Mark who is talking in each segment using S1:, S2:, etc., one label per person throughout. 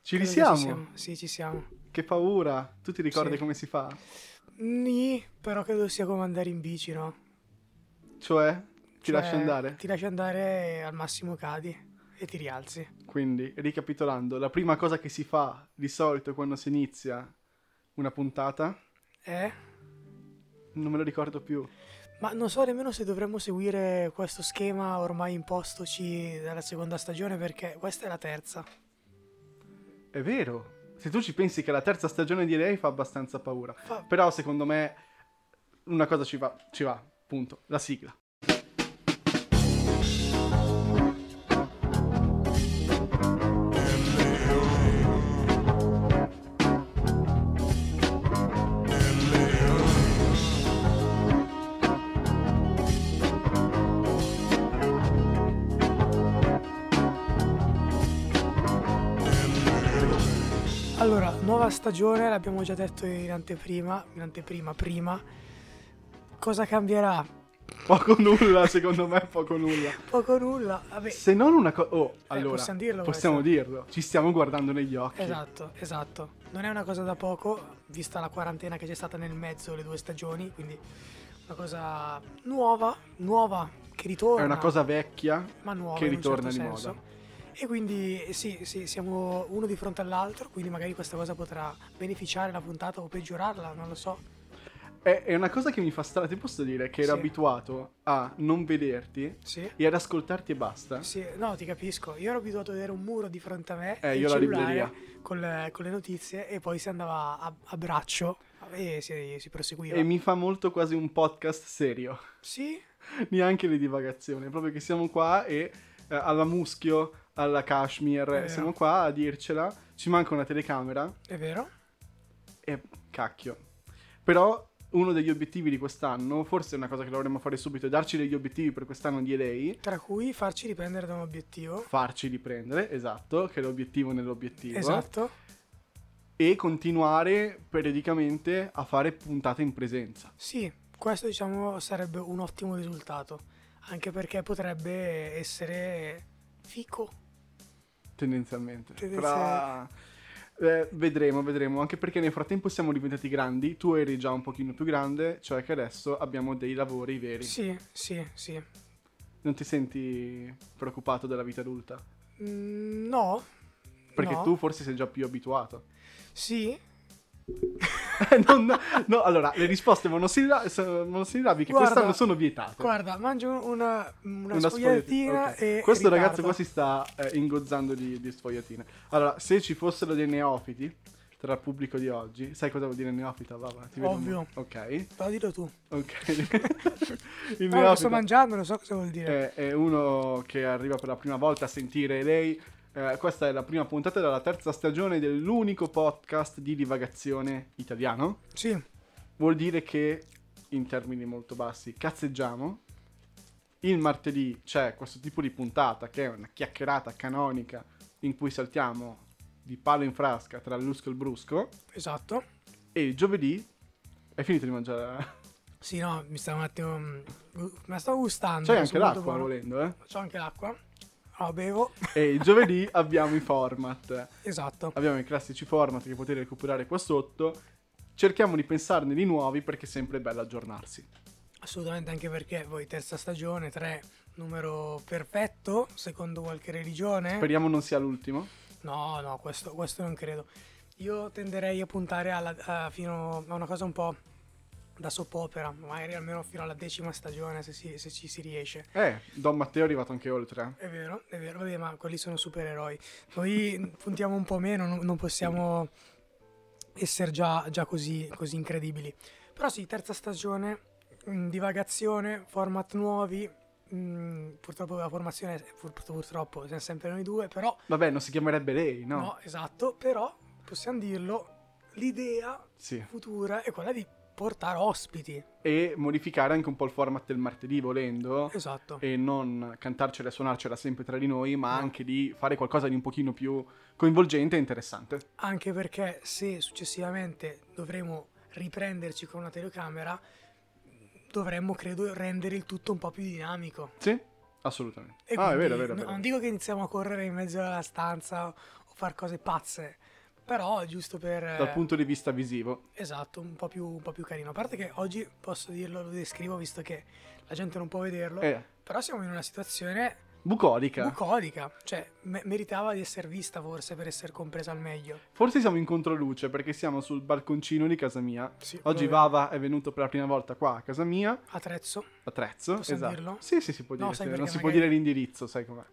S1: Ci
S2: Credo che
S1: risiamo?
S2: Sì, ci siamo.
S1: Che paura! Tu ti ricordi
S2: Sì.
S1: come si fa?
S2: Nì, però credo sia come andare in bici, no?
S1: Cioè, ti
S2: Cioè,
S1: lasci andare?
S2: Ti lasci andare e al massimo cadi e ti rialzi.
S1: Quindi, ricapitolando, la prima cosa che si fa di solito quando si inizia una puntata,
S2: Eh?
S1: non me lo ricordo più.
S2: Ma non so nemmeno se dovremmo seguire questo schema ormai impostoci dalla seconda stagione perché questa è la terza.
S1: È vero. Se tu ci pensi che la terza stagione di Ray fa abbastanza paura.
S2: Fa-
S1: Però secondo me una cosa ci va, ci va, punto. La sigla.
S2: Allora, nuova stagione, l'abbiamo già detto in anteprima, in anteprima prima. Cosa cambierà?
S1: Poco nulla, secondo me, poco nulla.
S2: Poco o nulla. Vabbè,
S1: Se non una cosa... Oh, allora,
S2: Eh. possiamo dirlo
S1: possiamo
S2: questo?
S1: dirlo. Ci stiamo guardando negli occhi.
S2: esatto, esatto. Non è una cosa da poco, vista la quarantena che c'è stata nel mezzo le due stagioni, quindi una cosa nuova, nuova, che ritorna.
S1: È una cosa vecchia.
S2: ma nuova
S1: che
S2: in un
S1: ritorna
S2: certo
S1: di moda.
S2: senso. E quindi eh, sì, sì, siamo uno di fronte all'altro, quindi magari questa cosa potrà beneficiare la puntata o peggiorarla, non lo so.
S1: È, è una cosa che mi fa strano. Ti posso dire che ero
S2: Sì.
S1: abituato a non vederti
S2: Sì.
S1: e ad ascoltarti e basta.
S2: Sì, no, ti capisco. Io ero abituato a vedere un muro di fronte a me,
S1: Eh,
S2: il
S1: io la
S2: cellulare
S1: libreria.
S2: col- con le notizie e poi si andava a, a braccio e si, si proseguiva.
S1: E mi fa molto quasi un podcast serio.
S2: Sì,
S1: neanche le divagazioni, proprio che siamo qua e eh, alla muschio, alla cashmere,
S2: Eh.
S1: siamo qua a dircela, ci manca una telecamera
S2: è vero.
S1: e cacchio. Però uno degli obiettivi di quest'anno, forse è una cosa che dovremmo fare subito, è darci degli obiettivi per quest'anno di lei,
S2: Tra cui farci riprendere da un obiettivo.
S1: farci riprendere, esatto, che è l'obiettivo nell'obiettivo,
S2: Esatto.
S1: e continuare periodicamente a fare puntate in presenza.
S2: Sì, questo diciamo sarebbe un ottimo risultato, anche perché potrebbe essere fico.
S1: Tendenzialmente.
S2: Tendenzialmente.
S1: Però, eh, vedremo, vedremo. Anche perché nel frattempo siamo diventati grandi. Tu eri già un pochino più grande, cioè che adesso abbiamo dei lavori veri.
S2: Sì, sì, sì.
S1: Non ti senti preoccupato della vita adulta?
S2: Mm, No.
S1: Perché
S2: no.
S1: tu forse sei già più abituato.
S2: Sì.
S1: Non- no, allora, le risposte monosilla- so- monosillabiche
S2: Guarda,
S1: quest'anno sono vietate.
S2: Guarda, mangio una, una,
S1: Una
S2: sfogliatina
S1: sfogliatina,
S2: e...
S1: ok. Questo
S2: ritardo.
S1: ragazzo qua si sta eh, ingozzando di, di sfogliatine. Allora, se ci fossero dei neofiti tra il pubblico di oggi, sai cosa vuol dire neofita? Baba? Ti vedo un-
S2: Ovvio.
S1: Ok,
S2: Però dillo tu.
S1: ok. il Eh.
S2: No, lo sto
S1: neofita
S2: mangiando, non so cosa vuol dire.
S1: è, è uno che arriva per la prima volta a sentire lei. Eh, questa è la prima puntata della terza stagione dell'unico podcast di divagazione italiano.
S2: Sì,
S1: Vuol dire che, in termini molto bassi, cazzeggiamo. Il martedì c'è questo tipo di puntata che è una chiacchierata canonica in cui saltiamo di palo in frasca tra il lusco e il brusco.
S2: esatto.
S1: E il giovedì è finito di mangiare.
S2: Sì, no, mi stavo un attimo... mm, gu- Me la stavo gustando.
S1: C'è
S2: sono
S1: anche
S2: molto
S1: l'acqua
S2: buono.
S1: volendo, eh.
S2: C'ho anche l'acqua. La bevo.
S1: E il giovedì abbiamo i format.
S2: Esatto.
S1: Abbiamo i classici format che potete recuperare qua sotto. Cerchiamo di pensarne di nuovi perché è sempre bello aggiornarsi.
S2: Assolutamente anche perché voi terza stagione, tre, numero perfetto, secondo qualche religione.
S1: Speriamo non sia l'ultimo.
S2: No, no, questo, questo non credo. Io tenderei a puntare alla, a, fino a una cosa un po' da soap opera, magari almeno fino alla decima stagione se, si- se ci si riesce.
S1: Eh, Don Matteo è arrivato anche oltre. eh.
S2: È vero, è vero, vabbè, ma quelli sono supereroi. Noi puntiamo un po' meno, non, non possiamo essere già, già così, così incredibili. Però sì, terza stagione, mh, divagazione, format nuovi. mh, purtroppo la formazione, pur- purtroppo, siamo sempre noi due, però
S1: Vabbè, non si chiamerebbe lei, no?
S2: No. esatto, però possiamo dirlo, l'idea
S1: Sì.
S2: futura è quella di portare ospiti.
S1: E modificare anche un po' il format del martedì volendo.
S2: Esatto.
S1: E non cantarcela e suonarcela sempre tra di noi, ma anche di fare qualcosa di un pochino più coinvolgente e interessante.
S2: Anche perché se successivamente dovremo riprenderci con una telecamera, dovremmo, credo, rendere il tutto un po' più dinamico.
S1: Sì? Assolutamente.
S2: E
S1: ah, è
S2: quindi
S1: vero, è vero. è
S2: no-
S1: vero.
S2: Non dico che iniziamo a correre in mezzo alla stanza o far cose pazze, però giusto per... eh,
S1: dal punto di vista visivo.
S2: Esatto, un po, più, un po' più carino. A parte che oggi posso dirlo, lo descrivo visto che la gente non può vederlo,
S1: Eh,
S2: però siamo in una situazione
S1: bucolica.
S2: bucolica, cioè me- meritava di essere vista forse per essere compresa al meglio.
S1: Forse siamo in controluce perché siamo sul balconcino di casa mia.
S2: Sì,
S1: Oggi
S2: va
S1: Vava è venuto per la prima volta qua a casa mia,
S2: A Trezzo.
S1: a Trezzo.
S2: Possiamo
S1: esatto.
S2: dirlo?
S1: Sì, sì, si può
S2: No,
S1: dire.
S2: sai
S1: sì, non
S2: perché
S1: si può
S2: magari-
S1: dire l'indirizzo, sai com'è.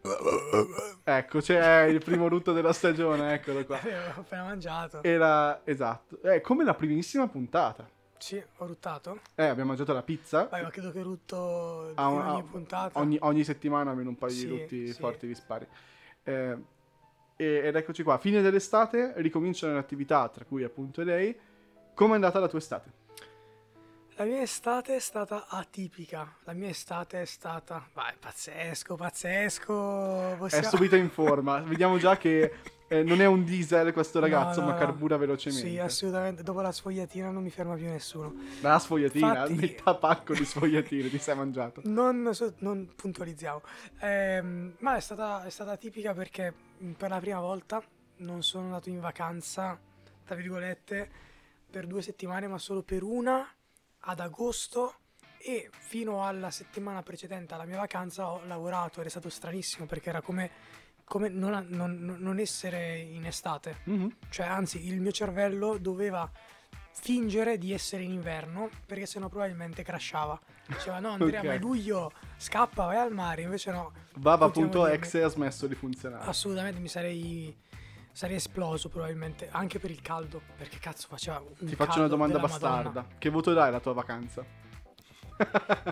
S1: ecco, c'è il primo rutto della stagione, eccolo qua.
S2: Avevo Eh, appena mangiato.
S1: Era esatto, è come la primissima puntata.
S2: Sì, ho ruttato.
S1: Eh, abbiamo mangiato la pizza.
S2: Vai, ma credo che rutto
S1: Ah,
S2: in
S1: ah,
S2: ogni puntata.
S1: Ogni, ogni settimana almeno un paio
S2: Sì,
S1: di rutti
S2: sì.
S1: forti di spari. Eh, e- ed eccoci qua, fine dell'estate, ricominciano le attività, tra cui appunto lei. Com'è andata la tua estate?
S2: La mia estate è stata atipica. La mia estate è stata. Vai, pazzesco, pazzesco.
S1: È
S2: Possiamo...
S1: subito in forma. Vediamo già che eh, non è un diesel questo ragazzo,
S2: No, no,
S1: ma
S2: no.
S1: carbura velocemente.
S2: Sì, assolutamente. Dopo la sfogliatina non mi ferma più nessuno.
S1: La sfogliatina,
S2: Infatti-
S1: metà pacco di sfogliatine ti sei mangiato.
S2: Non, so- non puntualizziamo. Ehm, ma è stata, è stata atipica perché mh, per la prima volta non sono andato in vacanza, tra virgolette, per due settimane, ma solo per una ad agosto. E fino alla settimana precedente alla mia vacanza ho lavorato ed è stato stranissimo perché era come, come non- non- non essere in estate.
S1: Mhm.
S2: cioè anzi il mio cervello doveva fingere di essere in inverno perché sennò probabilmente crashava diceva no Andrea
S1: Ok.
S2: ma è luglio scappa vai al mare invece no
S1: Vava.exe ha smesso di
S2: Ah,
S1: funzionare.
S2: assolutamente mi sarei sarei esploso probabilmente anche per il caldo perché cazzo faceva un
S1: Ti faccio una
S2: caldo
S1: domanda
S2: della
S1: bastarda.
S2: Madonna.
S1: Che voto dai alla tua vacanza?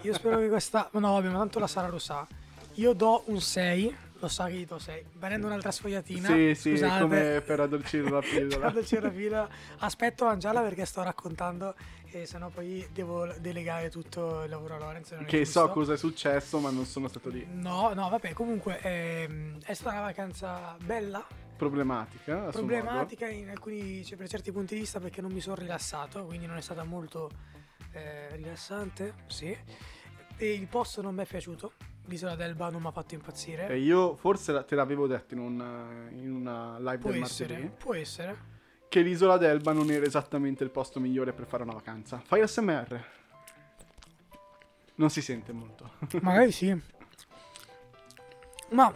S2: io spero che questa ma no vabbè ma tanto la Sara lo sa io do un 6 lo sa che io do 6 venendo un'altra sfogliatina
S1: Sì, sì,
S2: scusate.
S1: come per addolcire la pillola.
S2: Cioè, Quando c'è la fila, aspetto a mangiarla perché sto raccontando e sennò poi devo delegare tutto il lavoro a Lorenzo. non è
S1: che
S2: giusto.
S1: so cosa è successo, ma non sono stato lì.
S2: No, no, vabbè, comunque ehm, è stata una vacanza bella,
S1: Problematica. a suo modo.
S2: problematica in alcuni, cioè, per certi punti di vista perché non mi sono rilassato, quindi non è stata molto eh, rilassante, sì. E il posto non mi è piaciuto, l'isola d'Elba non mi ha fatto impazzire.
S1: E io forse la- te l'avevo detto in, un- in una live
S2: può
S1: del
S2: essere,
S1: martedì.
S2: può essere.
S1: che l'isola d'Elba non era esattamente il posto migliore per fare una vacanza. Fai SMR. Non si sente molto.
S2: Magari sì. Ma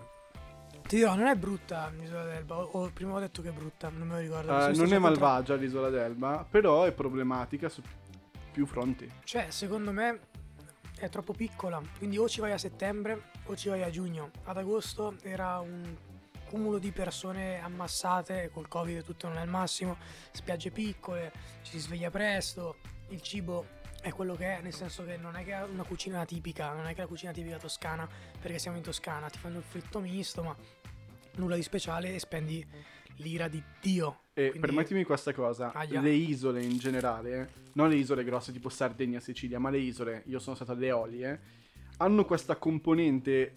S2: ti dirò, non è brutta l'isola d'Elba. O, o prima ho detto che è brutta, non me lo ricordo.
S1: Eh,
S2: Adesso sto
S1: non è
S2: cercando tra-
S1: malvagia l'isola d'Elba, però è problematica su più fronti.
S2: Cioè, secondo me è troppo piccola. Quindi o ci vai a settembre o ci vai a giugno. Ad agosto era un cumulo di persone ammassate, col covid tutto non è il massimo, spiagge piccole, ci si sveglia presto, il cibo è quello che è, nel senso che non è che è una cucina tipica, non è che è la cucina tipica toscana, perché siamo in Toscana, ti fanno il fritto misto, ma nulla di speciale e spendi l'ira di Dio.
S1: E
S2: Quindi-
S1: permettimi questa cosa,
S2: Aia.
S1: le isole in generale, eh, non le isole grosse tipo Sardegna, Sicilia, ma le isole, io sono stato alle Eolie, hanno questa componente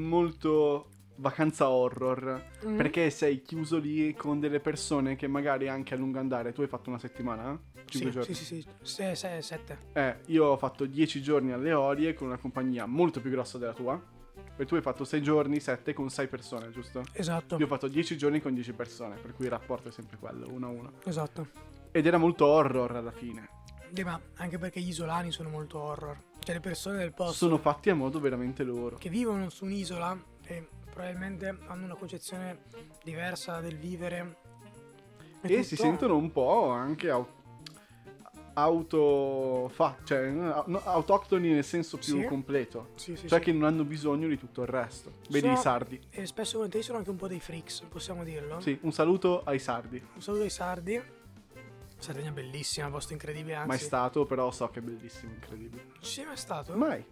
S1: molto vacanza horror.
S2: Mm.
S1: Perché sei chiuso lì con delle persone che magari anche a lungo andare, tu hai fatto una settimana? 5
S2: Sì,
S1: giorni?
S2: sì, sì, sì, Se- se- sette.
S1: Eh, io ho fatto 10 giorni alle Olie con una compagnia molto più grossa della tua. E tu hai fatto 6 giorni, 7 con 6 persone, giusto?
S2: Esatto,
S1: Io ho fatto 10 giorni con 10 persone, per cui il rapporto è sempre quello, uno a uno.
S2: esatto.
S1: Ed era molto horror alla fine.
S2: Sì, ma anche perché gli isolani sono molto horror. Cioè, le persone del posto
S1: Sono fatti a modo veramente loro.
S2: che vivono su un'isola e probabilmente hanno una concezione diversa del vivere.
S1: E Eh, si
S2: tutto-
S1: sentono un po' anche au- auto... fa- cioè, no, autoctoni nel senso più
S2: Sì.
S1: completo.
S2: Sì, sì,
S1: Cioè
S2: sì.
S1: che non hanno bisogno di tutto il resto. Vedi
S2: Sono-
S1: i sardi.
S2: E spesso e volentieri sono anche un po' dei freaks, possiamo dirlo.
S1: Sì, un saluto ai sardi.
S2: Un saluto ai sardi. Sardegna bellissima, posto incredibile, anzi.
S1: Mai stato, però so che è bellissimo, incredibile.
S2: Ci sei mai stato?
S1: Mai.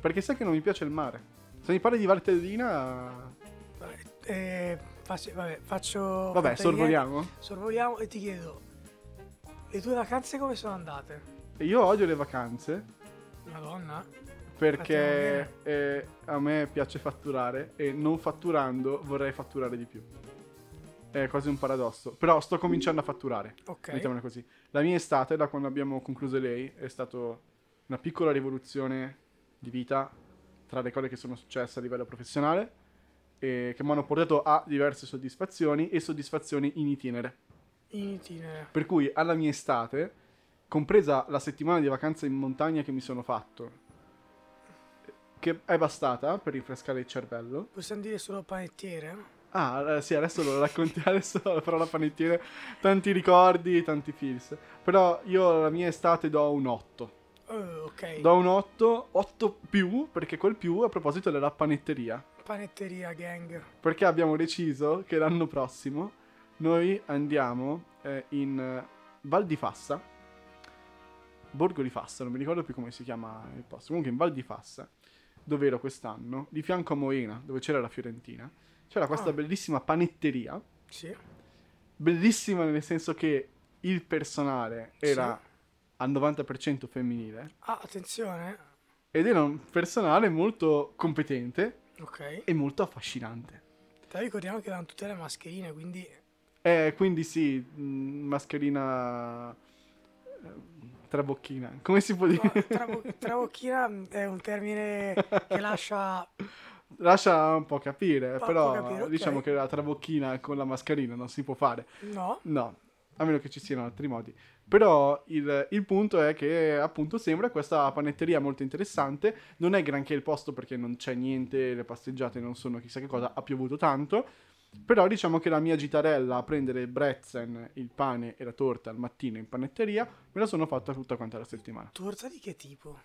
S1: Perché sai che non mi piace il mare. Se mi parli di
S2: Oh,
S1: Valtellina...
S2: Eh, faccio, vabbè, faccio...
S1: Vabbè,
S2: sorvoliamo.
S1: sorvoliamo.
S2: Sorvoliamo e ti chiedo, le tue vacanze come sono andate?
S1: E Io odio le vacanze
S2: Madonna.
S1: perché eh, a me piace fatturare e non fatturando vorrei fatturare di più. È quasi un paradosso. Però sto cominciando a fatturare.
S2: Ok.
S1: Mettiamola così. La mia estate, da quando abbiamo concluso lei, è stata una piccola rivoluzione di vita tra le cose che sono successe a livello professionale eh, che mi hanno portato a diverse soddisfazioni e soddisfazioni in itinere.
S2: In itinere.
S1: Per cui alla mia estate, compresa la settimana di vacanza in montagna che mi sono fatto, che è bastata per rinfrescare il cervello.
S2: Possiamo dire solo panettiere?
S1: Ah, eh, sì, adesso lo racconti, adesso la parola panettiere, tanti ricordi, tanti feels. Però io la mia estate do un 8.
S2: Oh, ok.
S1: Do un 8, 8 più, perché quel più a proposito della panetteria.
S2: Panetteria gang.
S1: Perché abbiamo deciso che l'anno prossimo noi andiamo eh, in eh, Val di Fassa, Borgo di Fassa, non mi ricordo più come si chiama il posto, comunque in Val di Fassa, dove ero quest'anno, di fianco a Moena, dove c'era la Fiorentina, c'era questa
S2: Ah.
S1: bellissima panetteria,
S2: Sì.
S1: bellissima nel senso che il personale era al 90% femminile
S2: Ah, attenzione.
S1: ed era un personale molto competente
S2: Ok.
S1: e molto affascinante.
S2: Te ricordiamo che avevano tutte le mascherine, quindi...
S1: Eh, quindi sì, mh, mascherina eh, trabocchina, come si può
S2: No,
S1: dire?
S2: trabo- trabocchina è un termine che lascia...
S1: Lascia un po' capire,
S2: Fa-
S1: però
S2: può capire, ok.
S1: diciamo che la trabocchina con la mascherina non si può fare.
S2: No.
S1: No, a meno che ci siano altri modi. Però il, il punto è che appunto sembra questa panetteria molto interessante. Non è granché il posto perché non c'è niente, le passeggiate non sono chissà che cosa, ha piovuto tanto. Però diciamo che la mia gitarella a prendere bretzen, il pane e la torta al mattino in panetteria me la sono fatta tutta quanta la settimana.
S2: Torta di che tipo?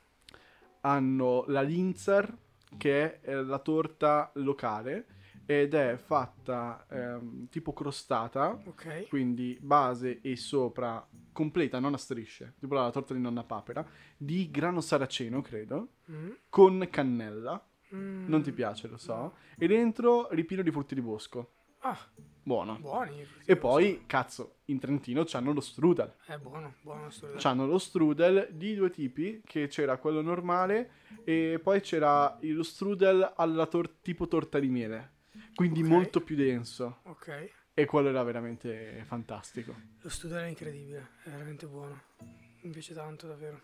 S1: Hanno la Linzer, che è eh, la torta locale, ed è fatta ehm, tipo crostata,
S2: Ok.
S1: quindi base e sopra completa, non a strisce, tipo la torta di nonna papera, di grano saraceno, credo,
S2: Mm.
S1: con cannella,
S2: Mm.
S1: non ti piace, lo so, e dentro ripieno di frutti di bosco,
S2: Ah,
S1: buono.
S2: buoni.
S1: E poi, cazzo, in Trentino c'hanno lo strudel.
S2: È buono, buono. assolutamente.
S1: C'hanno lo strudel di due tipi, che c'era quello normale e poi c'era lo strudel alla tor- tipo torta di miele, quindi
S2: Ok.
S1: molto più denso.
S2: Ok.
S1: E quello era veramente fantastico.
S2: Lo studio era incredibile, è veramente buono. Mi piace tanto, davvero.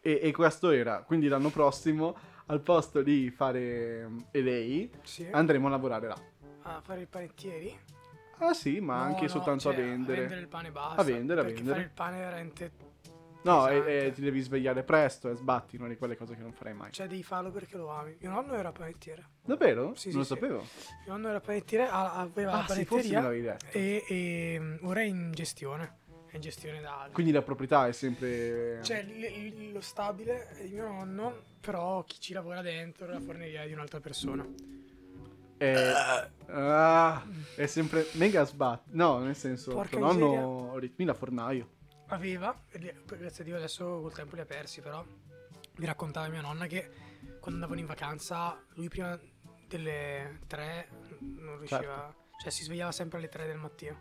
S1: E, e questo era. Quindi l'anno prossimo, al posto di fare mm, LA,
S2: Sì.
S1: andremo a lavorare là.
S2: a fare i panettieri?
S1: Ah sì, ma
S2: No,
S1: anche
S2: no,
S1: soltanto
S2: cioè,
S1: a vendere.
S2: A vendere il pane e basta.
S1: A vendere, a
S2: perché
S1: vendere.
S2: fare il pane è veramente...
S1: No, e,
S2: pesante.
S1: e ti devi svegliare presto e sbatti, una di quelle cose che non farei mai.
S2: Cioè devi farlo perché lo ami. Mio nonno era panettiere.
S1: Davvero?
S2: Sì, sì,
S1: non
S2: sì.
S1: lo sapevo.
S2: Mio nonno era panettiere, a- aveva
S1: Ah,
S2: la
S1: sì, forse
S2: panetteria
S1: me l'avevi detto.
S2: e, e, mm, ora è in gestione. È in gestione da altri.
S1: Quindi la proprietà è sempre...
S2: Cioè l- l- lo stabile è di mio nonno, però chi ci lavora dentro è la forneria è di un'altra persona. eh.
S1: è... eh, Ah, è sempre mega sbatti. No, nel senso,
S2: Porca
S1: tuo nonno ritmina fornaio.
S2: aveva, e li- per- grazie a Dio adesso col tempo li ha persi, però mi raccontava mia nonna che quando andavano in vacanza lui prima delle 3 non riusciva,
S1: Certo.
S2: cioè si svegliava sempre alle 3 del mattino.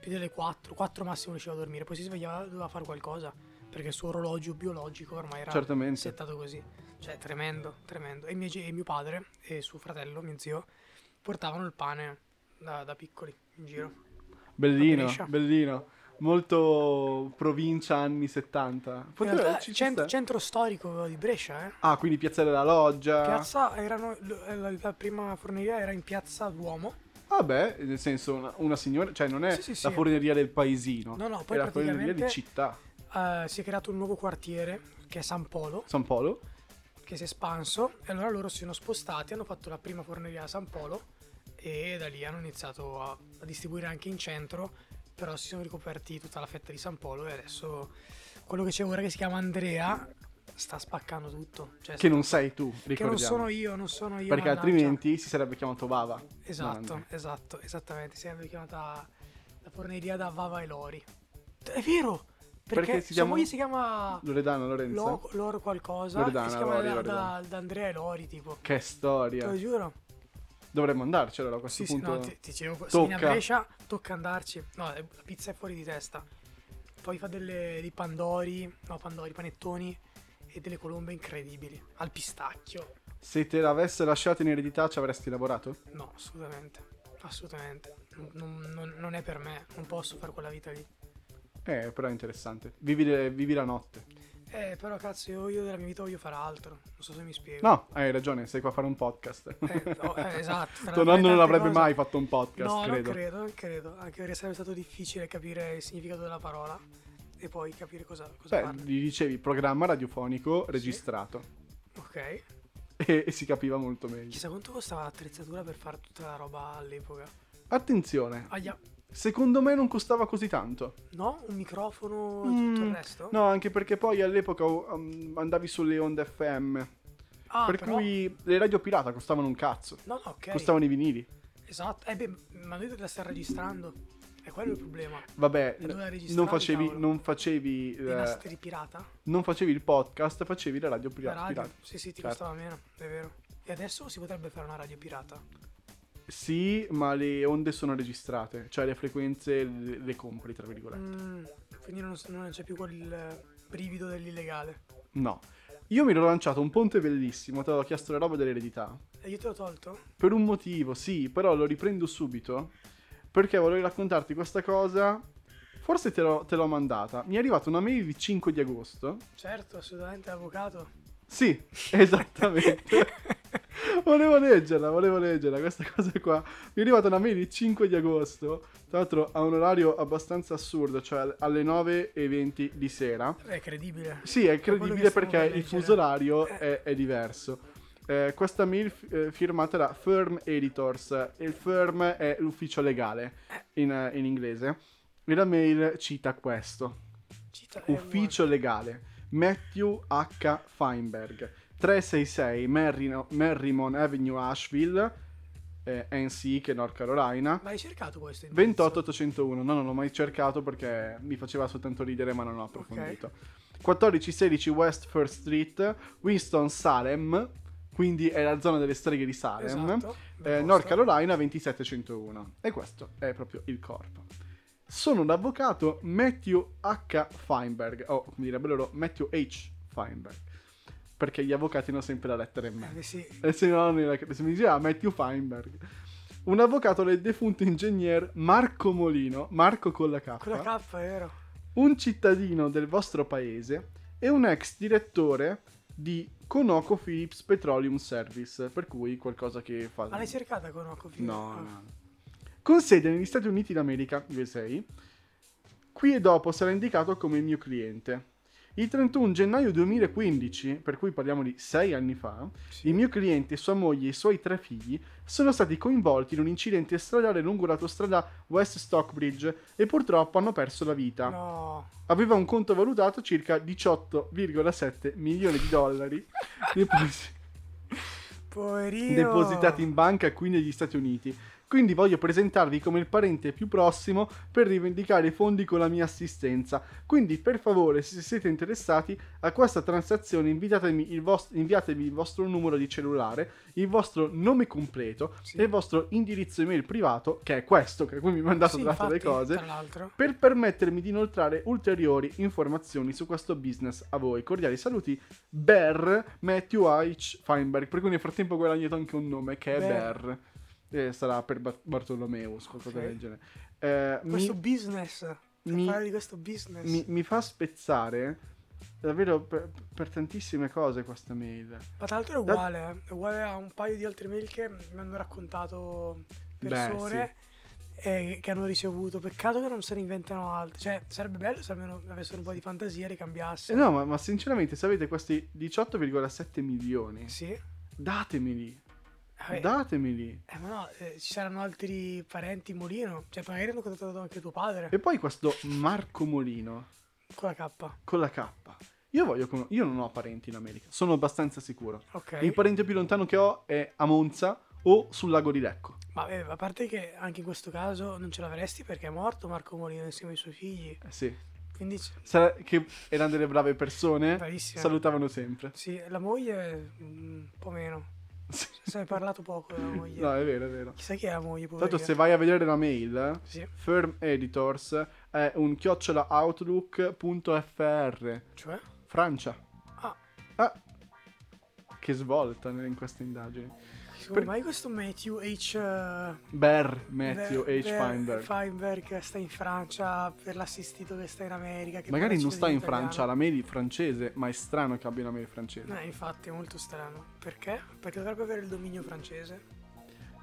S2: Più delle 4, 4 massimo riusciva a dormire, poi si svegliava doveva fare qualcosa, perché il suo orologio biologico ormai era
S1: Certamente.
S2: settato così. Cioè tremendo, tremendo. E, i miei ge- e mio padre e suo fratello, mio zio, portavano il pane da- da piccoli in giro.
S1: Bellino,
S2: Brescia.
S1: bellino. Molto provincia anni 70.
S2: In realtà,
S1: ci- ci
S2: cen-
S1: sta.
S2: centro storico di Brescia, eh.
S1: Ah, quindi Piazza della Loggia.
S2: Piazza erano, l- eh, la, la prima forneria era in piazza Duomo.
S1: Vabbè, nel senso, una, una signora, cioè non è
S2: Sì, sì, sì.
S1: la forneria del paesino,
S2: No, no,
S1: è
S2: poi
S1: la forneria
S2: praticamente
S1: di città.
S2: eh, si è creato un nuovo quartiere che è San Polo,
S1: San Polo,
S2: Esatto. che si è espanso. E allora loro si sono spostati, hanno fatto la prima forneria a San Polo e da lì hanno iniziato a, a distribuire anche in centro. Però si sono ricoperti tutta la fetta di San Polo e adesso quello che c'è ora che si chiama Andrea sta spaccando tutto. Cioè,
S1: che non sei tu, ricordiamo.
S2: che non sono io, non sono io.
S1: Perché
S2: mannaggia.
S1: altrimenti si sarebbe chiamato Vava.
S2: Esatto,
S1: Grande.
S2: esatto, esattamente. Si è chiamata la forneria da Vava e Lori. È vero! Perché,
S1: Perché si
S2: sua
S1: chiama-
S2: moglie si chiama
S1: Loredana Lorenzo.
S2: Lo- Loro qualcosa
S1: Loredana,
S2: e si chiama
S1: Lori,
S2: da,
S1: Loredana.
S2: da- da Andrea e Lori, tipo.
S1: Che
S2: Te
S1: storia.
S2: lo giuro.
S1: Dovremmo andarci allora a questo
S2: Sì, sì,
S1: punto.
S2: no, ti, ti dicevo, se vieni a
S1: tocca.
S2: Brescia tocca andarci. No, eh, la pizza è fuori di testa. Poi fa delle, dei pandori, no, pandori, panettoni e delle colombe incredibili. Al pistacchio.
S1: Se te l'avesse lasciata in eredità ci avresti lavorato?
S2: No, assolutamente. Assolutamente. Non- non- non è per me. Non posso fare quella vita lì.
S1: Eh, però è interessante. Vivi, le- vivi la notte.
S2: Eh, però cazzo, io, io della mia vita voglio fare altro. Non so se mi spiego.
S1: No, hai ragione, sei qua a fare un podcast.
S2: Eh, no, eh, esatto. tra
S1: Tuo
S2: le
S1: nonno non
S2: tante
S1: avrebbe
S2: cose-
S1: mai fatto un podcast,
S2: No,
S1: credo.
S2: non credo, non credo. Anche perché sarebbe stato difficile capire il significato della parola e poi capire cosa, cosa
S1: Beh,
S2: parla.
S1: gli dicevi programma radiofonico registrato
S2: Ok.
S1: e, e si capiva molto meglio.
S2: Chissà quanto costava l'attrezzatura per fare tutta la roba all'epoca.
S1: Attenzione,
S2: Aia,
S1: secondo me non costava così tanto.
S2: no? Un microfono e tutto il
S1: Mm,
S2: resto?
S1: No, anche perché poi all'epoca um, andavi sulle onde FM,
S2: Ah,
S1: per
S2: però-
S1: cui le radio pirata costavano un cazzo.
S2: No, no, ok.
S1: Costavano i vinili.
S2: Esatto. Eh, beh, ma noi la stiamo registrando. È quello il problema.
S1: Vabbè,
S2: E dove la
S1: non
S2: registravi,
S1: facevi,
S2: cavolo?
S1: non facevi,
S2: Dei
S1: eh,
S2: nastri pirata?
S1: non facevi il podcast, facevi la radio
S2: La
S1: pirata.
S2: radio?
S1: pirata.
S2: Sì, sì, ti
S1: Certo.
S2: costava meno, è vero. E adesso si potrebbe fare una radio pirata.
S1: Sì, ma le onde sono registrate, cioè le frequenze le, le compri, tra virgolette.
S2: Mm, quindi non, non c'è più quel brivido dell'illegale.
S1: No. Io mi ero lanciato un ponte bellissimo, te avevo chiesto la roba dell'eredità.
S2: E io te l'ho tolto?
S1: Per un motivo, sì, però lo riprendo subito. Perché volevo raccontarti questa cosa. Forse te l'ho, te l'ho mandata. Mi è arrivata una mail il 5 di agosto.
S2: Certo, assolutamente, avvocato.
S1: Sì, esattamente. volevo leggerla, volevo leggerla questa cosa qua. Mi è arrivata una mail il 5 di agosto. Tra l'altro a un orario abbastanza assurdo, cioè alle 9.20 di sera.
S2: È credibile.
S1: Sì, è
S2: quello
S1: credibile
S2: che stiamo
S1: perché
S2: per
S1: il
S2: leggere. Eh.
S1: fuso orario è, è diverso. Eh, questa mail f- eh, firmata da Firm Editors e il firm è l'ufficio legale in, eh, in inglese. E la mail cita questo:
S2: Cita- eh, è
S1: ufficio legale Matthew H. Feinberg 366 Merrino- Merrimon Avenue Asheville, eh, NC che è North Carolina.
S2: buono. Ma hai cercato questo? indirizzo?
S1: 28801, no, non l'ho mai cercato perché mi faceva soltanto ridere, ma non ho approfondito. 1416 West First Street, Winston Salem, quindi è la zona delle streghe di Salem,
S2: Esatto.
S1: eh,
S2: bel
S1: North
S2: posto.
S1: Carolina 2701. E questo è proprio il corpo. Sono l'avvocato Matthew H. Feinberg, o come direbbero loro, Matthew H. Feinberg, perché gli avvocati hanno sempre la lettera in mezzo.
S2: Eh, sì.
S1: E se no, nella- se mi diceva Matthew Feinberg. Un avvocato del defunto ingegner Marco Molino, Marco con la K,
S2: Con la K, è vero.
S1: un cittadino del vostro paese e un ex direttore di Conoco Phillips Petroleum Service, per cui qualcosa che fa...
S2: Ma l'hai cercata con Ah, Ocofi?
S1: No, no, no. Con sede negli Stati Uniti d'America, USA, qui e dopo sarà indicato come mio cliente. Il 31 gennaio 2015, per cui parliamo di sei anni fa, il mio cliente, sua moglie e i suoi tre figli sono stati coinvolti in un incidente stradale lungo l'autostrada West Stockbridge e purtroppo hanno perso la vita.
S2: No.
S1: Aveva un conto valutato circa 18,7 milioni di dollari depos-
S2: Poverino.
S1: depositati in banca qui negli Stati Uniti. Quindi voglio presentarvi come il parente più prossimo per rivendicare i fondi con la mia assistenza. Quindi per favore, se siete interessati a questa transazione, invitatemi il vos- inviatemi il vostro numero di cellulare, il vostro nome completo
S2: Sì.
S1: e il vostro indirizzo email privato, che è questo, che qui mi mandate
S2: Sì,
S1: tra le
S2: infatti,
S1: cose
S2: Tra l'altro.
S1: per permettermi di inoltrare ulteriori informazioni su questo business a voi. Cordiali saluti, Bear Matthew H. Feinberg. Per cui nel frattempo ho guadagnato anche un nome che è
S2: Bear.
S1: Bear. Eh, sarà per Bar- Bartolomeo, qualcosa
S2: Ok.
S1: del genere. Eh,
S2: Questo
S1: mi,
S2: business.
S1: mi-
S2: Parlare di questo business.
S1: mi- mi fa spezzare davvero per, per tantissime cose questa mail.
S2: Ma tra l'altro è uguale, eh. è uguale a un paio di altre mail che mi hanno raccontato
S1: Beh,
S2: persone eh, che hanno ricevuto. Peccato che non se ne inventano altre. Cioè, sarebbe bello se almeno avessero un po' di fantasia e le
S1: Eh
S2: cambiasse.
S1: no, ma, ma sinceramente, se avete questi 18,7 milioni,
S2: Sì.
S1: datemeli,
S2: Vabbè,
S1: datemeli.
S2: eh, ma no, eh, ci saranno altri parenti in Molino. Cioè, magari hanno contattato anche tuo padre
S1: E poi questo Marco Molino.
S2: con la K.
S1: con la K. Io, voglio con- io non ho parenti in America, sono abbastanza sicuro.
S2: Ok.
S1: Il parente più lontano che ho è a Monza o sul lago di Lecco.
S2: Ma eh, a parte che anche in questo caso non ce l'avresti perché è morto Marco Molino insieme ai suoi figli.
S1: Eh, sì.
S2: Quindi c-
S1: Sarà- che erano delle brave persone,
S2: Bravissime.
S1: salutavano sempre.
S2: sì, la moglie mm, un po' meno.
S1: Sì.
S2: Se ne è parlato poco della moglie.
S1: No, è vero, è vero.
S2: Chissà chi è la moglie
S1: Tanto
S2: poverina.
S1: se vai a vedere la mail, eh,
S2: Sì,
S1: Firm Editors è un chiocciola outlook.fr,
S2: cioè?
S1: Francia.
S2: Ah.
S1: Ah. Che svolta in queste indagini.
S2: Come mai questo Matthew H. eh,
S1: Bear Matthew
S2: Ver-
S1: H.
S2: Ver-
S1: Feinberg.
S2: Feinberg che sta in Francia per l'assistito che sta in America. che
S1: Magari
S2: parla
S1: non sta in
S2: cittadino
S1: Francia, ha
S2: italiano.
S1: la mail francese, ma è strano che abbia una mail francese.
S2: Eh, infatti è molto strano. Perché? Perché dovrebbe avere il dominio francese.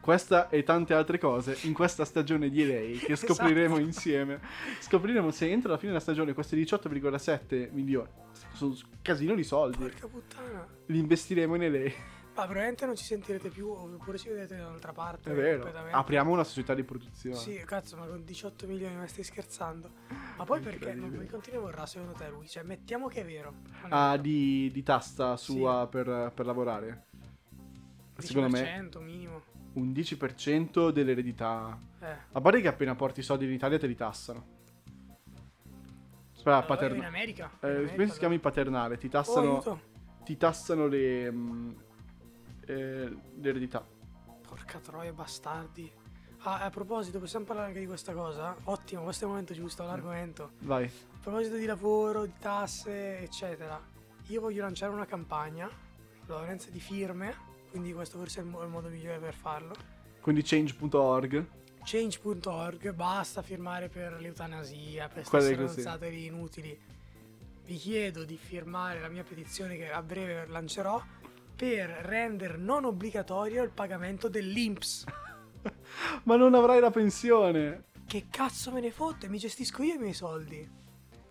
S1: Questa e tante altre cose in questa stagione di lei che
S2: Esatto.
S1: scopriremo insieme. Scopriremo se entro la fine della stagione questi 18,7 milioni sono un casino di soldi.
S2: Porca puttana.
S1: Li investiremo in lei.
S2: Ma probabilmente non ci sentirete più, oppure ci vedete da un'altra parte.
S1: È vero.
S2: Eh,
S1: Ah,
S2: completamente.
S1: Apriamo una società di produzione.
S2: Sì, cazzo, ma con 18 milioni ma stai scherzando. Ma poi perché non
S1: Incredibile.
S2: mi continui vorrà secondo te lui? Cioè, mettiamo che è vero.
S1: Ah, di, di tasta sua per, per lavorare. Secondo me
S2: 10% minimo.
S1: un 10% dell'eredità.
S2: Eh.
S1: A parte che appena porti i soldi in Italia te li tassano. Spera,
S2: Allora, In
S1: paternale.
S2: America. in
S1: Ah, Eh,
S2: America,
S1: penso si chiami paternale, ti tassano,
S2: allora. Oh, aiuto.
S1: ti tassano le, mm, eh, l'eredità.
S2: Porca troia, bastardi. Ah, a proposito, possiamo parlare anche di questa cosa? Ottimo, questo è il momento
S1: Mm.
S2: giusto, l'argomento.
S1: Vai,
S2: A proposito di lavoro, di tasse, eccetera. Io voglio lanciare una campagna, l'ordinanza di firme, quindi questo forse è il mo- il modo migliore per farlo.
S1: quindi change.org.
S2: change.org basta firmare per l'eutanasia per
S1: Quelle
S2: queste
S1: così.
S2: stronzate lì inutili vi chiedo di firmare la mia petizione che a breve lancerò per rendere non obbligatorio il pagamento dell'INPS
S1: Ma non avrai la pensione.
S2: che cazzo me ne fotte mi gestisco io i miei soldi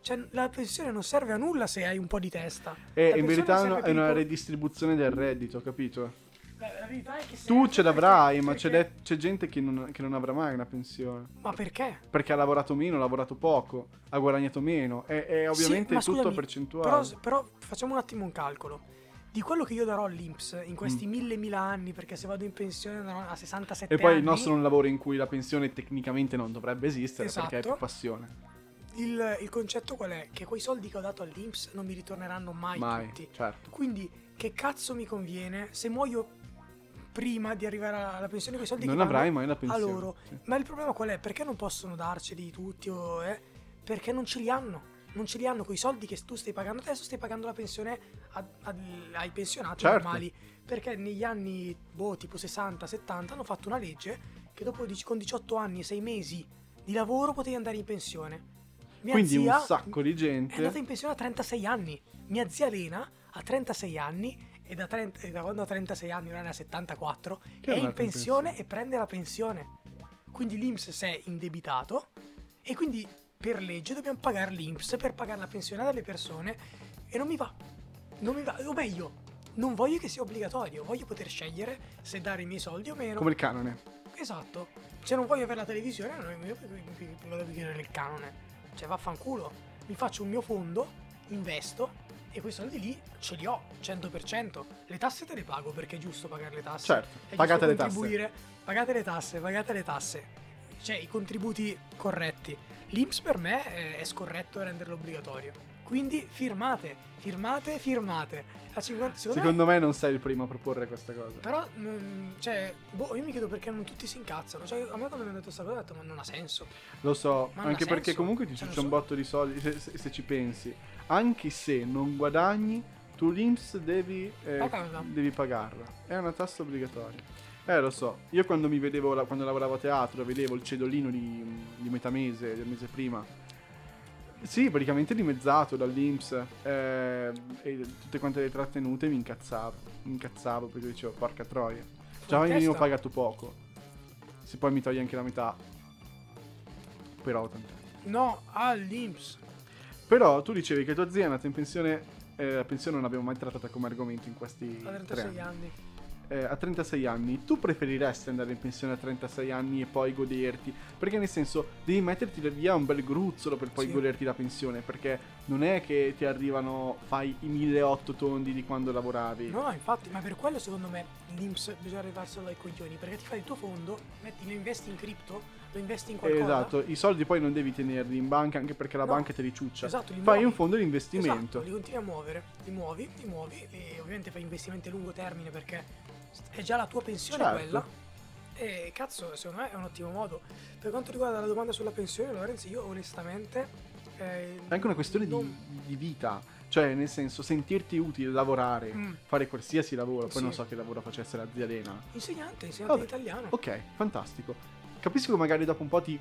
S2: cioè la pensione non serve a nulla se hai un po' di testa
S1: E
S2: La
S1: Eh, in
S2: pensione
S1: verità
S2: serve
S1: è
S2: per
S1: una
S2: il po-
S1: redistribuzione del reddito, capito?
S2: la, la verità è che se-
S1: Tu ce l'avrai, ma c'è,
S2: perché-
S1: de- c'è gente che non, che non avrà mai una pensione.
S2: ma perché?
S1: Perché ha lavorato meno, ha lavorato poco, ha guadagnato meno. È, è
S2: Sì,
S1: ovviamente
S2: ma
S1: tutto a
S2: scusami,
S1: percentuale.
S2: Però, però facciamo un attimo un calcolo. Di quello che io darò all'Inps in questi mille mila anni, perché se vado in pensione andrò a 67
S1: Mm. e poi
S2: anni,
S1: il nostro è un lavoro in cui la pensione tecnicamente non dovrebbe esistere perché è
S2: Esatto.
S1: più passione.
S2: il, il concetto qual è? Che quei soldi che ho dato all'Inps non mi ritorneranno mai,
S1: Mai,
S2: tutti.
S1: certo.
S2: Quindi che cazzo mi conviene se muoio prima di arrivare alla alla pensione quei soldi
S1: Non
S2: che vanno
S1: avrai mai la
S2: a
S1: pensione.
S2: loro?
S1: Sì.
S2: Ma il problema qual è? Perché non possono darceli tutti o eh? Perché non ce li hanno. Non ce li hanno quei soldi che tu stai pagando adesso, stai pagando la pensione a- a- ai pensionati
S1: Certo.
S2: normali. Perché negli anni, boh, tipo 60-70, hanno fatto una legge che dopo dic- con 18 anni e 6 mesi di lavoro potevi andare in pensione. Mia
S1: Quindi
S2: zia
S1: un sacco di
S2: è andata
S1: gente.
S2: in pensione a 36 anni. Mia zia Lena ha 36 anni e da, 30 e da quando ha 36 anni, ora ne ha 74,
S1: Che
S2: è
S1: non
S2: in
S1: ha più
S2: pensione e prende la pensione. Quindi l'Inps si è indebitato e quindi per legge dobbiamo pagare l'Inps per pagare la pensione delle persone e non mi va. Non mi va, o meglio, non voglio che sia obbligatorio, voglio poter scegliere se dare i miei soldi o meno.
S1: Come il canone.
S2: Esatto. Se non voglio avere la televisione, non mi mi- lo devo chiedere il canone. Cioè, vaffanculo. Mi faccio un mio fondo, investo e quei soldi lì ce li ho 100%. Le tasse te le pago perché è giusto pagare le tasse.
S1: Certo,
S2: È
S1: pagate
S2: giusto
S1: le tasse.
S2: contribuire. Pagate le tasse, pagate le tasse. Cioè, i contributi corretti. L'Inps per me è, è scorretto renderlo obbligatorio. Quindi firmate, firmate, firmate. A 50, secondo me-
S1: Secondo me non sei il primo a proporre questa cosa.
S2: però, non- cioè, boh, io mi chiedo perché non tutti si incazzano. Cioè, a me quando mi hanno detto questa cosa ho detto, ma non ha senso.
S1: Lo so,
S2: Ma non ha
S1: anche perché
S2: senso.
S1: comunque ti
S2: Cioè, non
S1: c'è un
S2: so.
S1: botto di soldi se, se- se ci pensi. Anche se non guadagni, tu l'Inps devi, eh,
S2: Pagarla.
S1: devi pagarla. È una tassa obbligatoria. Eh, lo so, io quando mi vedevo, la- quando lavoravo a teatro, vedevo il cedolino di, di metà mese, del mese prima. Sì, praticamente dimezzato dall'Inps eh, e tutte quante le trattenute mi incazzavo. Mi incazzavo perché dicevo, porca troia. Già
S2: Fuori
S1: venivo
S2: testa.
S1: pagato poco. Se poi mi togli anche la metà. Però tanto.
S2: No, all'Inps.
S1: Però tu dicevi che tua zia è andata in pensione. eh, la pensione non l'abbiamo mai trattata come argomento in questi
S2: A
S1: tre
S2: 36
S1: anni.
S2: anni.
S1: Eh, a 36 anni. Tu preferiresti andare in pensione a 36 anni e poi goderti? Perché nel senso devi metterti da via un bel gruzzolo per poi
S2: Sì.
S1: goderti la pensione. Perché non è che ti arrivano, fai i 1800 tondi di quando lavoravi.
S2: No, no, infatti, ma per quello secondo me l'Inps bisogna arrivarselo ai coglioni. Perché ti fai il tuo fondo, metti, lo investi in cripto, lo investi in
S1: Eh,
S2: qualcosa.
S1: Esatto, i soldi poi non devi tenerli in banca anche perché la
S2: No.
S1: banca te li ciuccia.
S2: Esatto, li
S1: cioè, Fai
S2: muovi.
S1: un fondo di
S2: Esatto,
S1: investimento.
S2: li continui a muovere, li muovi, li muovi e ovviamente fai investimenti a lungo termine perché è già la tua pensione
S1: Certo.
S2: quella. E cazzo, secondo me è un ottimo modo. Per quanto riguarda la domanda sulla pensione, Lorenz, io onestamente eh,
S1: È anche una questione di,
S2: non-
S1: di vita, cioè nel senso sentirti utile, lavorare,
S2: Mm.
S1: fare qualsiasi lavoro, poi
S2: Sì.
S1: non so che lavoro facesse la zia Elena.
S2: Insegnante, insegnante
S1: Vabbè.
S2: di italiano.
S1: Ok, fantastico. Capisco che magari dopo un po' ti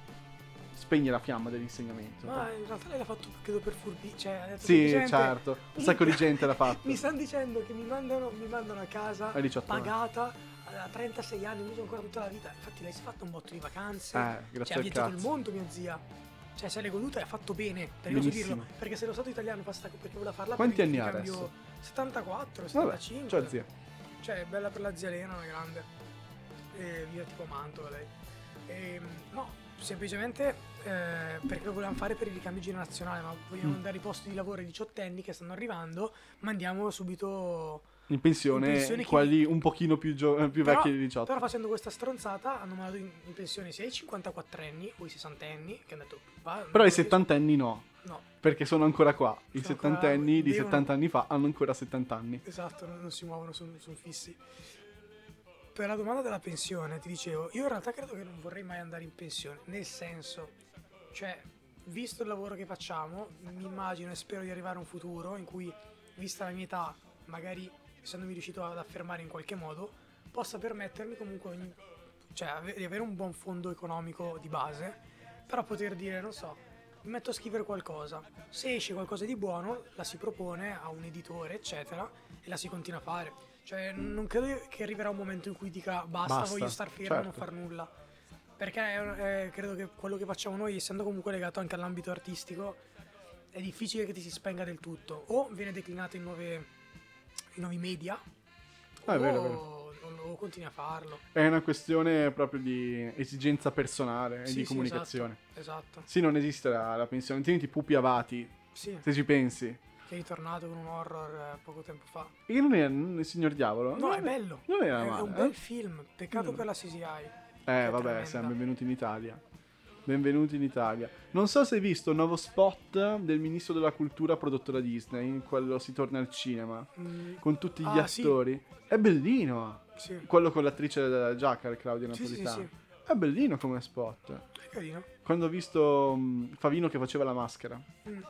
S1: spegni la fiamma dell'insegnamento.
S2: Ma in realtà lei l'ha fatto credo per furbi, cioè ha detto
S1: sì,
S2: semplicemente,
S1: certo, un sacco di gente l'ha fatto.
S2: Mi stanno dicendo che mi mandano, mi mandano a casa
S1: Ai 18 anni.
S2: pagata a 36 anni, invece ancora tutta la vita. Infatti lei si è fatta un botto di vacanze.
S1: Eh, grazie
S2: cioè, ha
S1: al
S2: viaggiato il
S1: cazzo.
S2: mondo mia zia. Cioè, se l'è goduta e ha fatto bene, perché posso
S1: Benissimo.
S2: dirlo. Perché se lo stato italiano fa sta perché voleva farla
S1: Quanti
S2: per il
S1: anni ha
S2: cambio
S1: adesso?
S2: 74,
S1: Vabbè,
S2: 75.
S1: ciao zia.
S2: Cioè, è bella per la zia Lena, una grande. E via tipo Mantova lei. Ehm, no, semplicemente eh, perché lo volevamo fare per il ricambio generazionale, ma vogliamo
S1: Mm.
S2: dare i posti di lavoro ai diciottenni che stanno arrivando, mandiamo subito...
S1: In pensione,
S2: In pensione chi-
S1: quelli un pochino più, gio- più
S2: Però-
S1: vecchi di 18.
S2: Però facendo questa stronzata hanno mandato in, in pensione sia i 54enni o i 60enni, che hanno detto... Va,
S1: Però
S2: non
S1: i
S2: riesco-
S1: settantenni no,
S2: No,
S1: perché sono ancora qua. I
S2: Sono ancora-
S1: settantenni di
S2: devono-
S1: 70 anni fa hanno ancora 70 anni.
S2: Esatto, non, non si muovono, sono, fissi. Per la domanda della pensione, ti dicevo, io in realtà credo che non vorrei mai andare in pensione, nel senso, cioè, visto il lavoro che facciamo, mi immagino e spero di arrivare a un futuro in cui, vista la mia età, magari essendomi riuscito ad affermare in qualche modo, possa permettermi comunque ogni- cioè, ave- di avere un buon fondo economico di base, però poter dire, non so, mi metto a scrivere qualcosa, se esce qualcosa di buono la si propone a un editore, eccetera, e la si continua a fare. Cioè, n- non credo che arriverà un momento in cui dica basta,
S1: Basta,
S2: voglio star fermo e non
S1: certo.
S2: far nulla. Perché è un- eh, credo che quello che facciamo noi, essendo comunque legato anche all'ambito artistico, è difficile che ti si spenga del tutto. O viene declinato in, nuove- in nuovi media,
S1: Ah, è
S2: o,
S1: vero, è vero.
S2: o- o continui a farlo.
S1: È una questione proprio di esigenza personale e
S2: Sì,
S1: Eh, di
S2: sì,
S1: comunicazione. Sì,
S2: Esatto.
S1: non esiste la, la pensione. Tieniti pupi avati,
S2: Sì,
S1: se ci pensi.
S2: che è ritornato con un horror eh, poco tempo fa.
S1: E non è non è il signor diavolo?
S2: No,
S1: Non
S2: è bello.
S1: Non
S2: È,
S1: era
S2: è
S1: male.
S2: un
S1: eh?
S2: bel film. Peccato
S1: Mm.
S2: per la CGI.
S1: Eh,
S2: è
S1: vabbè,
S2: tremenda.
S1: siamo benvenuti in Italia. Benvenuti in Italia. Non so se hai visto il nuovo spot del ministro della cultura prodotto da Disney, in quello si torna al cinema,
S2: Mm,
S1: con tutti gli
S2: Ah, sì.
S1: attori. È bellino.
S2: sì.
S1: Quello con l'attrice della Giacca, Claudia
S2: Sì, sì, sì,
S1: Napolitano.
S2: sì.
S1: È bellino come spot.
S2: È carino.
S1: Quando ho visto mh, Favino che faceva la maschera,
S2: Mm.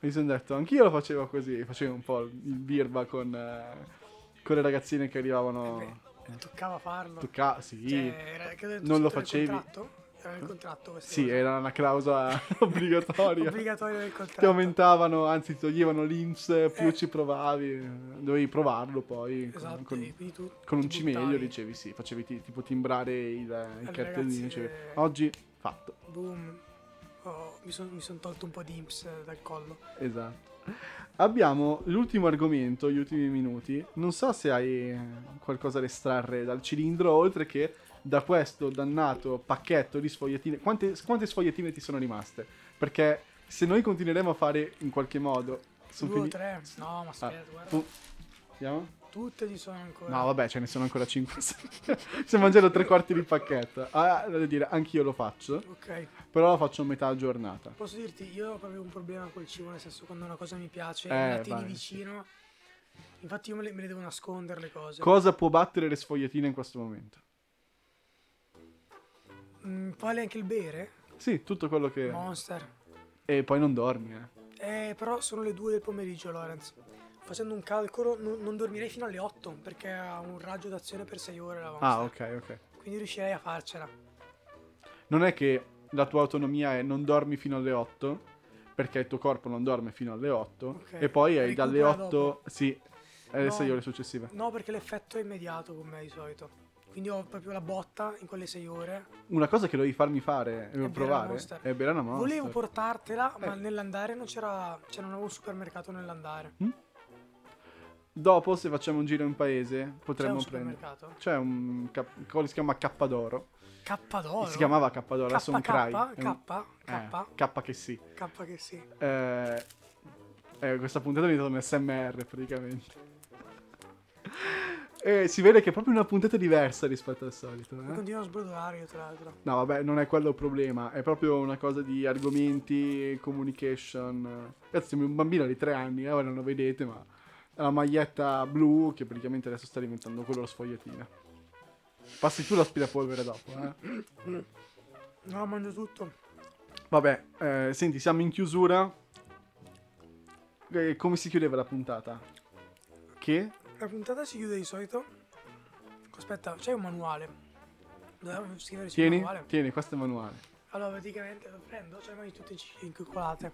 S1: mi sono detto, anch'io lo facevo così, facevo un po' il birba con, eh, con le ragazzine che arrivavano.
S2: Eh beh, toccava farlo.
S1: Tocca- sì.
S2: Cioè, era- credo
S1: Non lo
S2: scritto nel
S1: facevi? Eh?
S2: contratto? Era nel contratto questa
S1: Sì,
S2: cosa.
S1: era una clausola obbligatoria.
S2: Obbligatorio del contratto.
S1: Ti aumentavano, anzi ti toglievano l'Inps, più
S2: Eh.
S1: ci provavi, dovevi provarlo poi. con-
S2: Esatto,
S1: con,
S2: e quindi tu
S1: con un
S2: ti buttavi.
S1: cimelio dicevi sì, facevi ti- tipo timbrare il, il
S2: Alle
S1: cartellino,
S2: ragazze-
S1: dicevi oggi fatto,
S2: Boom. Oh, mi sono tolto un po' di imps eh, dal collo.
S1: esatto. Abbiamo l'ultimo argomento, gli ultimi minuti, non so se hai eh, qualcosa da estrarre dal cilindro oltre che da questo dannato pacchetto di sfogliatine, quante, quante sfogliatine ti sono rimaste? Perché se noi continueremo a fare in qualche modo... sono
S2: Due o
S1: fini-
S2: tre? No, ma
S1: Ah,
S2: aspetta, guarda.
S1: fu- Andiamo?
S2: Tutte ci sono ancora.
S1: No, vabbè, ce ne sono ancora 5. Se mangiano tre quarti di pacchetto. Ah, devo dire, anch'io lo faccio.
S2: Ok.
S1: Però lo faccio a metà giornata.
S2: Posso dirti, io ho proprio un problema col cibo, nel senso quando una cosa mi piace,
S1: Eh,
S2: me la tieni
S1: vai.
S2: vicino. Infatti io me le, me le devo nascondere le cose.
S1: Cosa può battere le sfogliatine in questo momento?
S2: Mm, vale anche il bere?
S1: Sì, tutto quello che.
S2: Monster.
S1: E poi non dormi, eh.
S2: Eh, però sono le 2 del pomeriggio, Lorenz. Facendo un calcolo, non, non dormirei fino alle 8 perché ha un raggio d'azione per 6 ore la
S1: Ah,
S2: Monster.
S1: ok, ok.
S2: Quindi riuscirei a farcela.
S1: Non è che la tua autonomia è non dormi fino alle 8, perché il tuo corpo non dorme fino alle 8,
S2: Ok.
S1: e poi hai dalle
S2: Recupera
S1: 8,
S2: dopo.
S1: sì, alle
S2: No.
S1: 6 ore successive.
S2: No, perché l'effetto è immediato con me di solito. Quindi ho proprio la botta in quelle 6 ore.
S1: Una cosa che dovevi farmi fare,
S2: bere la
S1: provare,
S2: Monster.
S1: è bere una Monster.
S2: Volevo portartela, ma
S1: Eh.
S2: nell'andare non c'era. Cioè, non avevo un supermercato nell'andare.
S1: Dopo, se facciamo un giro in paese,
S2: C'era
S1: potremmo
S2: un
S1: prendere.
S2: supermercato.
S1: C'è un. Cap- quello che si chiama Cappadoro.
S2: K
S1: Si chiamava Cappadoro, adesso è un Cry.
S2: K,
S1: è un-
S2: K, K,
S1: eh, K che sì.
S2: K che sì.
S1: Eh, eh, questa puntata è diventata un SMR praticamente. e si vede che è proprio una puntata diversa rispetto al solito. eh.
S2: Continuo a sbrodolare io, tra l'altro.
S1: No, vabbè, non è quello il problema. È proprio una cosa di argomenti, communication. Ragazzi, sembra un bambino di tre anni, eh, ora non lo vedete, ma ha la maglietta blu che praticamente adesso sta diventando quello lo sfogliatina. Passi tu l'aspirapolvere dopo, eh.
S2: No, mangio tutto.
S1: Vabbè, eh, senti, siamo in chiusura. Eh, come si chiudeva la puntata? Che?
S2: La puntata si chiude di solito. Aspetta, c'è un manuale. Dobbiamo scrivere sul
S1: Tieni,
S2: manuale.
S1: tieni, questo è il manuale.
S2: Allora, praticamente lo prendo, cioè mani tutte ci- inculcolate.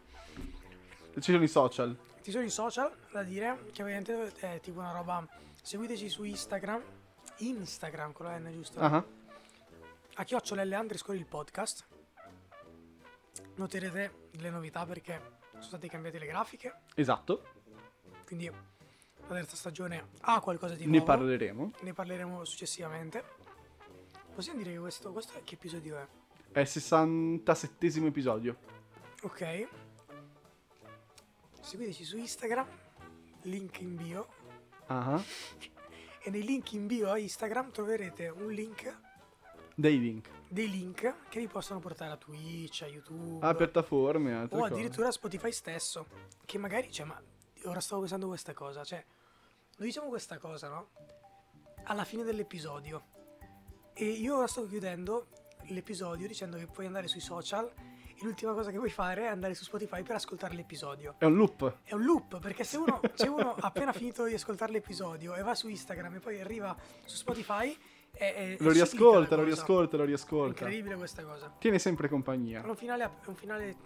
S1: Ci sono i social.
S2: Ci sono i social da dire, che ovviamente eh, è tipo una roba. Seguiteci su Instagram. Instagram con la N, giusto?
S1: Ah,
S2: A chiocciola L underscore il podcast. Noterete le novità perché sono state cambiate le grafiche.
S1: Esatto,
S2: Quindi la terza stagione ha qualcosa di
S1: ne
S2: nuovo.
S1: parleremo.
S2: ne parleremo successivamente. Possiamo dire che questo, questo è che episodio è?
S1: È il 67 episodio.
S2: Ok. Seguiteci su Instagram, link in bio.
S1: Ah,
S2: E nei link in bio a Instagram troverete un link,
S1: dei link.
S2: dei link che vi possono portare a Twitch, a YouTube.
S1: Ah, piattaforme, altre
S2: o
S1: cose.
S2: Oh, addirittura a Spotify stesso. Che magari, cioè, ma ora stavo pensando questa cosa, cioè, noi diciamo questa cosa, no? Alla fine dell'episodio. E io ora sto chiudendo l'episodio dicendo che puoi andare sui social e l'ultima cosa che puoi fare è andare su Spotify per ascoltare l'episodio.
S1: È un loop.
S2: È un loop, perché se uno, se uno ha appena finito di ascoltare l'episodio e va su Instagram e poi arriva su Spotify, è, è-
S1: Lo
S2: è ciclica
S1: riascolta,
S2: la
S1: lo
S2: cosa.
S1: riascolta, lo
S2: È
S1: riascolta.
S2: Incredibile questa cosa.
S1: Tiene sempre
S2: È
S1: compagnia.
S2: un finale, è un finale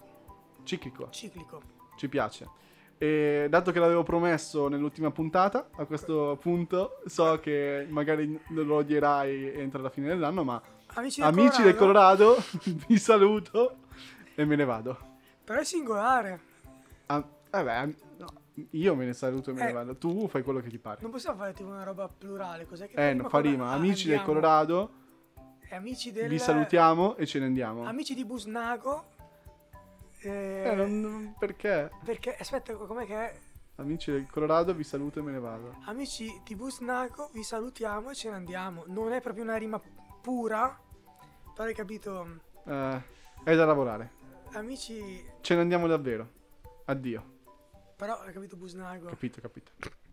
S1: Ciclico,
S2: ciclico.
S1: ci piace. E dato che l'avevo promesso nell'ultima puntata, a questo punto so che magari lo odierai entro la fine dell'anno, ma
S2: Amici del
S1: amici del Colorado, vi saluto e me ne vado.
S2: Però è singolare.
S1: Ah, vabbè, am- no, io me ne saluto e me ne
S2: Eh.
S1: vado. Tu fai quello che ti pare.
S2: Non possiamo fare tipo una roba plurale, cos'è che
S1: Eh, no, fa
S2: cosa-
S1: rima.
S2: ah,
S1: Amici del
S2: andiamo.
S1: Colorado,
S2: Eh, Amici del
S1: vi salutiamo e ce ne andiamo.
S2: Amici di Busnago. eh,
S1: Eh, non- non- perché?
S2: Perché aspetta, com'è che è?
S1: Amici del Colorado, vi saluto e me ne vado.
S2: Amici di Busnago, vi salutiamo e ce ne andiamo. Non è proprio una rima pura, però hai capito.
S1: Eh, è da lavorare.
S2: Amici,
S1: Ce ne andiamo davvero. Addio.
S2: però hai capito Busnago.
S1: Capito, capito.